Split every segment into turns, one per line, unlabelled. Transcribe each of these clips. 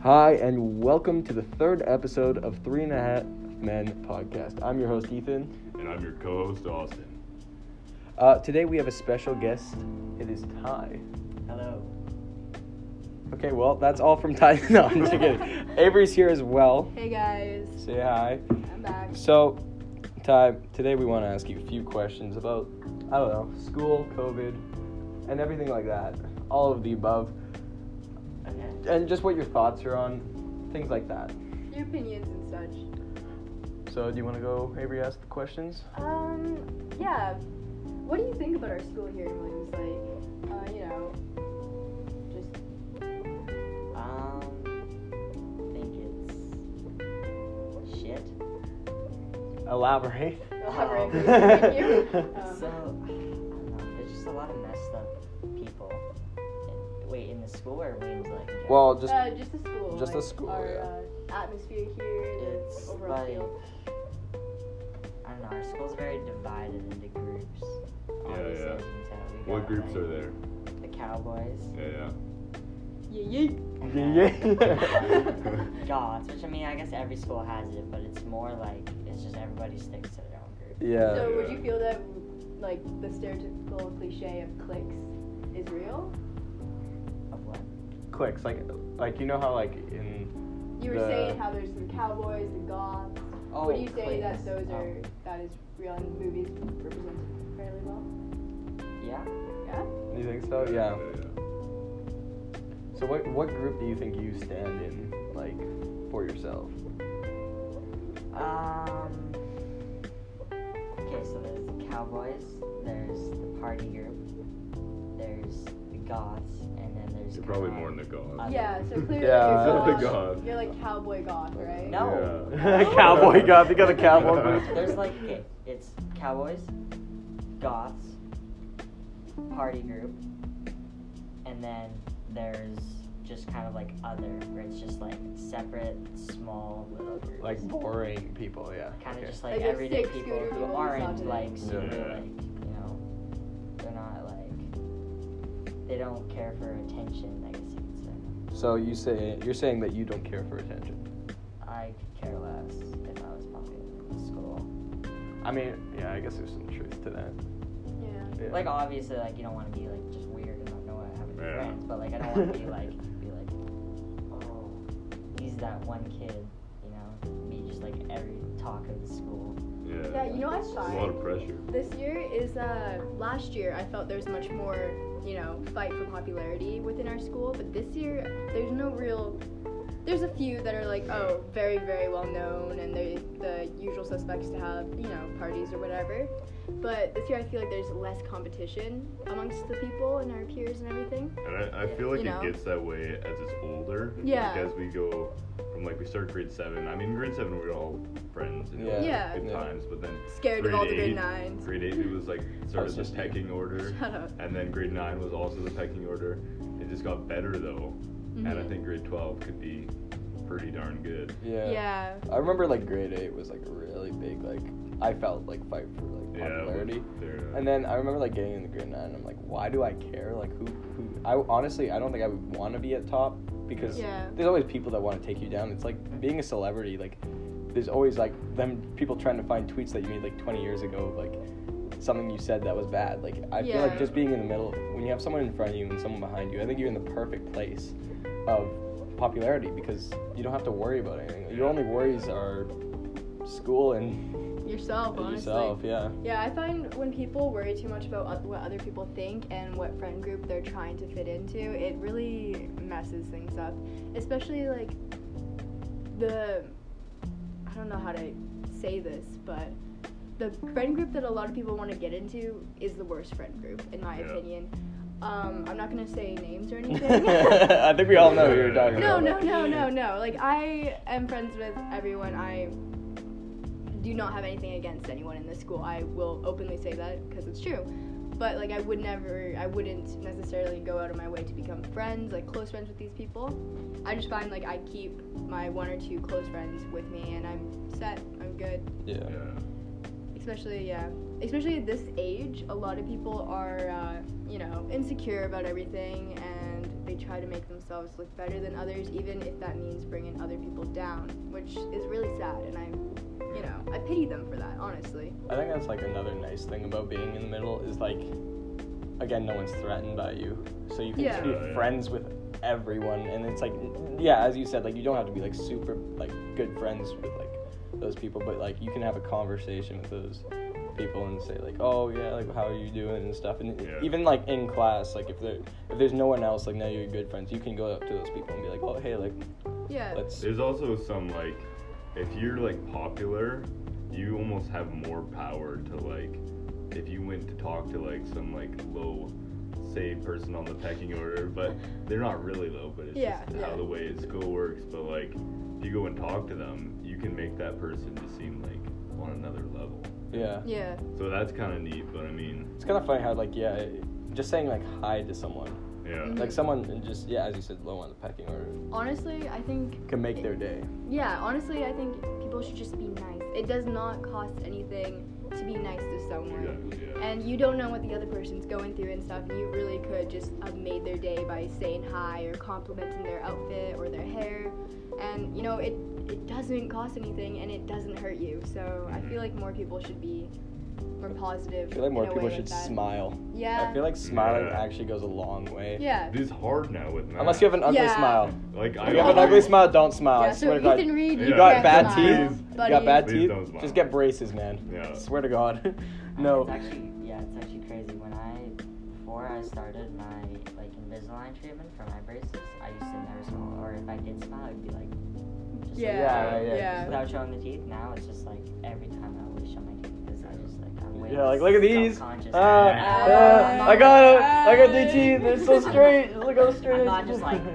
Hi, and welcome to the third episode of Three and a Half Men podcast. I'm your host, Ethan.
And I'm your co host, Austin.
Uh, today we have a special guest. It is Ty.
Hello.
Okay, well, that's all from Ty. No, I'm just kidding. Avery's here as well.
Hey guys,
Say hi.
I'm back.
So, Ty, today we want to ask you a few questions about, I don't know, school, COVID, and everything like that. All of the above.
Okay.
And just what your thoughts are on things like that.
Your opinions and such.
So, do you want to go, Avery, ask the questions?
Um, yeah. What do you think about our school here in Williams Lake? Uh, you know, just
Um, think it's shit.
Elaborate.
elaborate.
Um,
Thank you. Um,
so, I don't know. There's just a lot of messed up people. In, wait, in the school or Williams like? in general?
Well, just
uh, just the school.
just the
like,
school,
Our
yeah.
uh, atmosphere here. the
It's
overall
like-
feel.
I don't know. Our school's very divided into groups. Obviously,
yeah.
as you can tell, we
What
got,
groups
like,
are there?
The Cowboys.
Yeah,
Yeah, yeah.
and
yeah.
then Goths, which I mean, I guess every school has it, but it's more like it's just everybody sticks to their own group.
yeah.
so would
yeah.
you feel that like the stereotypical cliche of cliques is real?
Of what?
Clicks like like you know how like in
You were
The-
saying how there's the cowboys, the goths.
Oh,
would you say
cliques.
that those
Oh,
are that is real and movies represent fairly well?
yeah.
you think
Oh,
so?
yeah.
Yeah. So what what group do you think you stand in like for yourself?
Um. Okay, so there's the Cowboys, there's the party group, there's the Goths, and then there's.
You're probably
kinda
more in the
like-
goth.
Uh,
Yeah, so clearly
Yeah.
you're,
Oh my
goth-
God.
you're like cowboy goth, right?
No.
Yeah.
Cowboy goth, you got the cowboy boots.
There's like okay, it's Cowboys, Goths, party group, and then there's just kind of like other, where it's just like separate, small little groups.
Like boring people, yeah.
kind of
okay.
just like
Like your
everyday
sick
people
scooter
who
people who
aren't
suck.
like super
Yeah.
like you know they're not like they don't care for attention I guess you could say
So you say you're saying that you don't care for attention.
I could care less if I was popular in school
I mean, yeah, I guess there's some truth to that.
Yeah.
Yeah.
like obviously like you don't want to be like just weird and like no one have any
Yeah.
friends but like I don't want to be like be like oh he's that one kid you know be just like every talk of the school
Yeah.
Yeah, you know I
It's a lot
find
of pressure.
this year is uh last year I felt there's much more, you know, fight for popularity within our school, but this year there's no real there's a few that are like, oh, very, very well known and they the usual suspects to have, you know, parties or whatever. But this year I feel like there's less competition amongst the people and our peers and everything.
And I, I feel like
You know?
it gets that way as it's older. like,
Yeah.
as we go from like we start grade seven. I mean, in grade seven we were all friends and
Yeah.
Yeah.
good
Yeah.
times, but then
Scared of all the
Grade eight.
grade nines.
grade eight it was like sort of
was
the
just-
pecking order,
Shut up.
and then grade nine was also the pecking order. It just got better though, and I
Mhm.
think grade twelve could be pretty darn good.
Yeah.
Yeah.
I remember like grade eight was like a really big like I felt like fight for like
Yeah. uh, it was
popularity.
fair enough.
And then I remember like getting into grade nine. And I'm like, why do I care? Like who? Who? I honestly, I don't think I would want to be at top because
Yeah.
there's always people that want to take you down. It's like being a celebrity. Like there's always like them people trying to find tweets that you made like 20 years ago. Like something you said that was bad. Like I feel like
Yeah.
just being in the middle when you have someone in front of you and someone behind you. I think you're in the perfect place of popularity because you don't have to worry about anything. Your only worries are school and
Yourself, honestly.
yourself. Yeah.
Yeah, I find when people worry too much about oth- what other people think and what friend group they're trying to fit into, it really messes things up. Especially like the I don't know how to say this, but the friend group that a lot of people want to get into is the worst friend group in my
Yeah.
opinion. Um, I'm not gonna say names or anything.
I think we all know who you're talking
No,
about.
no, no, no, no. Like I am friends with everyone. I do not have anything against anyone in this school. I will openly say that because it's true. But like I would never, I wouldn't necessarily go out of my way to become friends, like close friends with these people. I just find like I keep my one or two close friends with me, and I'm set. I'm good.
Yeah.
Yeah.
Especially yeah, especially at this age, a lot of people are uh, you know insecure about everything and they try to make themselves look better than others, even if that means bringing other people down, which is really sad. And I, you know, I pity them for that, honestly.
I think that's like another nice thing about being in the middle is like, again, no one's threatened by you, so you can just be
Yeah. Yeah, yeah.
friends with everyone, and it's like, yeah, as you said, like you don't have to be like super like good friends with like those people, but like you can have a conversation with those people and say like, oh yeah, like how are you doing and stuff, and
Yeah.
even like in class, like if there if there's no one else, like now you're good friends, you can go up to those people and be like, oh hey, like
Yeah.
let's
There's also some like, if you're like popular, you almost have more power to like, if you went to talk to like some like low, say person on the pecking order, but they're not really low, but it's
Yeah,
just
yeah.
how the way at school works. But like, if you go and talk to them, you can make that person just seem like on another level.
yeah.
Yeah.
So that's kind of neat, but I mean,
It's kind of funny how like yeah, it- just saying like hi to someone,
yeah.
Mhm.
like someone just yeah, as you said, low on the pecking order
Honestly, I think
can make their day.
Yeah, honestly, I think people should just be nice. It does not cost anything to be nice to someone.
Exactly, yeah.
And you don't know what the other person's going through and stuff. and You really could just have made their day by saying hi or complimenting their outfit or their hair. And you know, it it doesn't cost anything and it doesn't hurt you. So
Mm-hmm.
I feel like more people should be more positive.
I feel like more
in a
people
way
should
like that.
smile.
Yeah.
I feel like smiling
Yeah.
actually goes a long way.
yeah.
This is hard now with math.
Unless you have an ugly
Yeah.
smile.
like
If you have an ugly smile, don't smile. I
yeah,
swear
so
to God.
Ethan Reed,
You
you
got
can't
bad
smile,
teeth, you
buddy.
got bad
Please
teeth.
don't smile.
Just get braces, man.
Yeah.
Swear to God.
It's
no.
actually, yeah, it's actually crazy. When I, before I started my like Invisalign treatment for my braces, I used to never smile. Or if I did smile, it'd be like, just
Yeah,
Yeah, yeah,
yeah.
Like, without showing the teeth. Now it's just like every time I always show my teeth because I just like I'm way.
Yeah, like look at these. Ah,
self-conscious.
ah,
Yeah.
I got it. I got their teeth. They're so straight. Just Look how straight.
I'm not just like mm,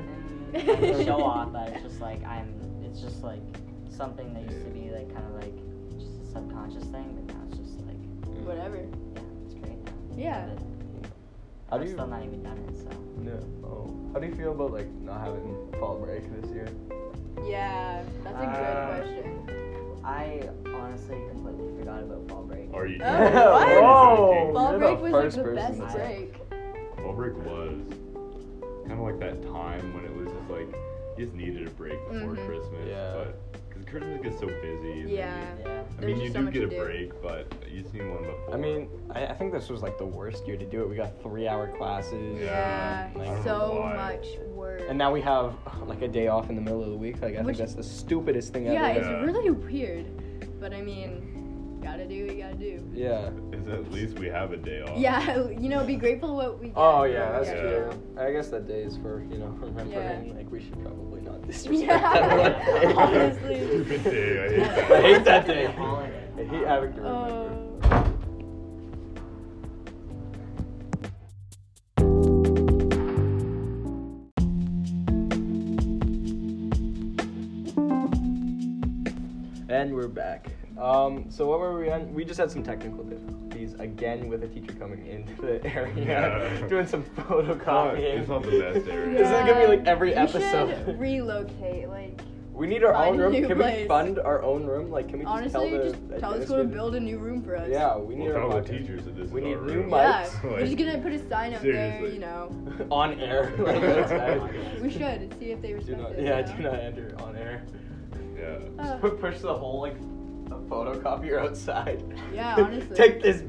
like, show off, but it's just like I'm. It's just like something that used to be like kind of like just a subconscious thing, but now it's just like
Whatever.
yeah, it's great now.
Yeah.
Uh,
But
How
I'm
do you?
still not even done it, so.
No. Oh. How do you feel about like not having fall break this year?
Yeah, that's a
Uh,
good question.
I honestly completely forgot about fall break.
Are you?
Oh, what?
Whoa. You're
Fall
the
break was like
first
the
person
best
to say.
break.
Fall break was kind of like that time when it was just like you just needed a break before
Mhm.
Christmas,
Yeah.
but because Christmas gets so busy. and then
Yeah.
Yeah.
you- I
There's
mean, you
just so
do
much
get
to
a
do.
break, but you just need one before.
I mean, I, I think this was like the worst year to do it. We got three-hour classes.
Yeah,
Yeah.
Like,
I don't know
so
why.
much work.
And now we have like a day off in the middle of the week. Like I think
Which-
that's the stupidest thing
yeah,
ever.
it's
Yeah.
really weird, but I mean, gotta do what you gotta do.
Yeah.
is at least we have a day off.
Yeah, you know, be grateful what we get.
Oh yeah, that's
Yeah.
true. I guess that day is for you know remembering.
Yeah.
Like we should probably not disrespect
Yeah,
that.
honestly.
Stupid day. I hate that.
I hate that day.
Holiday.
I hate having to remember.
Oh.
And we're back. Um, so what were we on? We just had some technical difficulties again with a teacher coming into the area,
Yeah.
doing some photocopying.
It's not the best area.
This is gonna be like
Yeah.
every
You
episode.
should relocate. Like
we need our
find
own
a
room.
new
Can we
place.
fund our own room? Like, can we just
honestly,
tell the
just tell the school to
administrator-
build a new room for us.
Yeah, we need
We'll
our
tell the
podcast.
teachers that this
We
is
need
our
new
room.
Yeah,
mics.
we're just gonna put a sign up there.
Seriously.
You know,
on air. like, outside.
we should see if they
Do
respect
not,
it.
yeah,
you
do
know?
not enter on air.
Yeah.
Just
Uh.
push the whole like a photocopier outside.
Yeah, honestly.
Take this.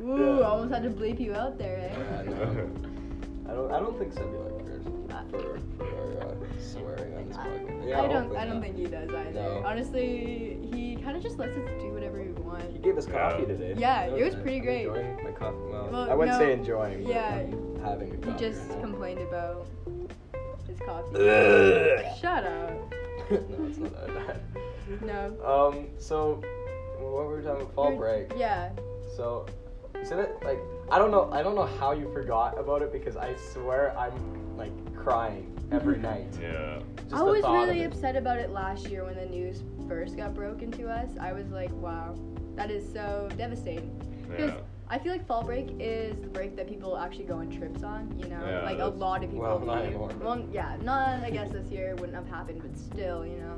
Ooh,
Yeah.
almost had to bleep you out there. Eh?
I know. I don't. I don't think Sebby like curse
Uh,
for for uh, swearing on this podcast. Yeah,
I don't. I don't think he does either.
No.
Honestly, he kind of just lets us do whatever we want.
He gave us coffee
Yeah.
today.
Yeah,
That
it was pretty
nice. I'm
great.
Enjoying my coffee. Well,
Well,
I wouldn't
no.
say enjoying. But
Yeah,
I'm having a
He
coffee.
just
right now.
complained about his coffee.
Ugh.
Shut up.
no, it's not that bad.
No.
Um, so what were we talking about? Fall
You're-
break.
Yeah.
So, so that like I don't know. I don't know how you forgot about it because I swear I'm like crying every night.
Yeah.
Just
I
the
was
thought of
really
it.
upset about it last year when the news first got broken to us. I was like, wow, that is so devastating. Because
Yeah.
I feel like fall break is the break that people actually go on trips on, you know?
Yeah,
like a
that's-
lot of people
Well, not
leave.
anymore, but-
Well, yeah, not I guess this year wouldn't have happened, but still, you know.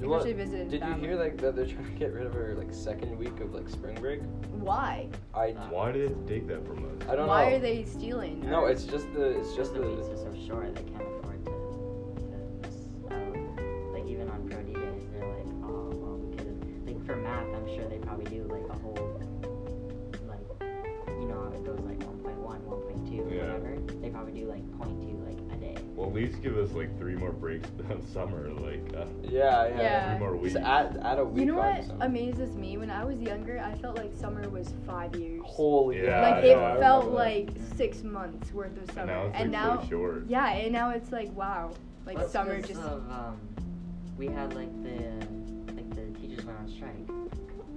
I've
What-
actually visited
Did you
family.
hear like that they're trying to get rid of her like second week of like spring break?
Why?
I
Why did it take that from us?
I don't
Why
know.
are they stealing?
No,
her?
it's just the it's just
the weeks
the
are so short, they can't afford to, to miss out. Like even on pro D days, they're like, oh well, we could have. Like for math, I'm sure they probably do like a whole, like, you know, how it goes like 1.1, 1.2,
Yeah.
whatever. They probably do like 0.2 like a day.
Well, at least give us like three more breaks of summer, like uh,
yeah yeah.
Yeah.
three more weeks.
Just add add a week.
You know
on
what
to something.
amazes me? When I was younger, I felt like summer was five years.
Holy
Yeah,
like
I
it
know, I
felt
remember that.
like six months worth of
and
summer,
now it's like
and now
so short.
yeah, and now it's like wow, like
That's
summer
'cause
just
uh,
Of, um, we had like the like the teachers went on strike.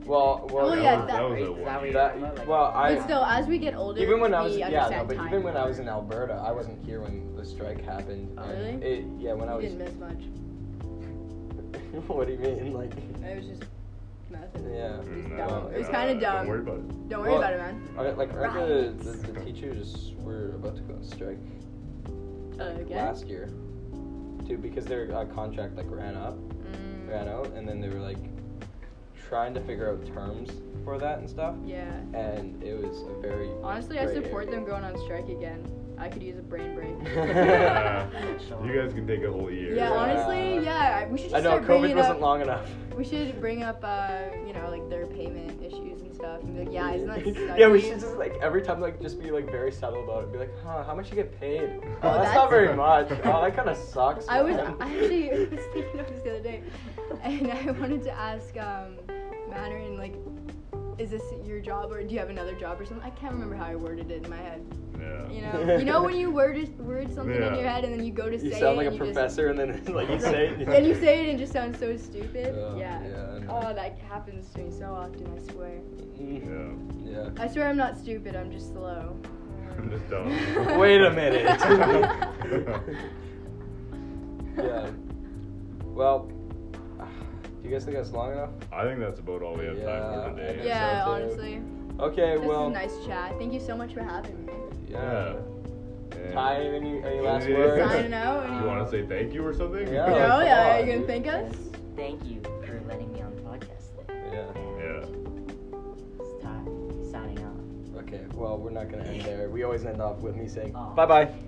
Well, well.
Oh,
that
yeah,
was,
that-
that was
Is
a
that
one
what
year.
you're-
That, well, I
But still, as we get older,
even when I was
we
yeah,
understand
no, but
time.
even when I was in Alberta, I wasn't here when the strike happened.
Oh,
and
really?
It, yeah, when I
You
was.
didn't miss much.
what do you mean? Like,
It was just nothing.
yeah.
It's
Mm,
dumb.
no,
It was
no,
kinda
Don't
dumb.
worry about it.
Don't worry
Well-
about it, man.
I, like, I heard the,
Riots.
the, the teachers were about to go on strike
Again.
last year, too, because their uh, contract like ran up,
Mm,
ran out, and then they were like trying to figure out terms for that and stuff,
Mm, yeah.
and it was a very
Honestly, I
gray
support
area.
them going on strike again. I could use a brain break.
Yeah.
Sure.
You guys can take a whole year.
Yeah, honestly, yeah. I- We should just
I know
start
COVID
bringing
wasn't
up.
long enough.
We should bring up, uh, you know, like their payment issues and stuff, and be like, yeah, isn't that sucky?
yeah, we should just like every time like just be like very subtle about it. Be like, huh, how much you get paid? Oh,
Oh,
that's,
that's-
not very much. Oh, that kind of sucks.
I was
man."
I actually was thinking of this the other day, and I wanted to ask um, Mandarin like, is this your job or do you have another job or something? I can't remember how I worded it in my head.
Yeah.
You know, you know when you word word something in
Yeah.
your head and then you go to
you
say
sound
it,
like
and
a
you just-
professor, and then like you say it.
then you say it and it just sounds so stupid.
Uh,
yeah.
yeah, I know.
Oh, that happens to me so often. I swear.
Mm,
Yeah.
yeah.
I swear I'm not stupid. I'm just slow.
I'm just dumb.
Wait a minute. Yeah. Well, do you guys think that's long enough?
I think that's about all we have time for
Yeah, I
today.
think
yeah,
so too.
honestly.
Okay.
This
well.
is a nice chat. Thank you so much for having me.
Yeah.
And
Ty, any any last
Yeah.
words?
Signing out.
You want to say thank you or something?
Yeah.
No,
come
yeah,
on,
you gonna
dude.
thank us?
Thank you for letting me on the podcast.
Yeah.
Yeah.
It's time signing off.
Okay. Well, we're not gonna end there. We always end off with me saying
Aw.
bye bye.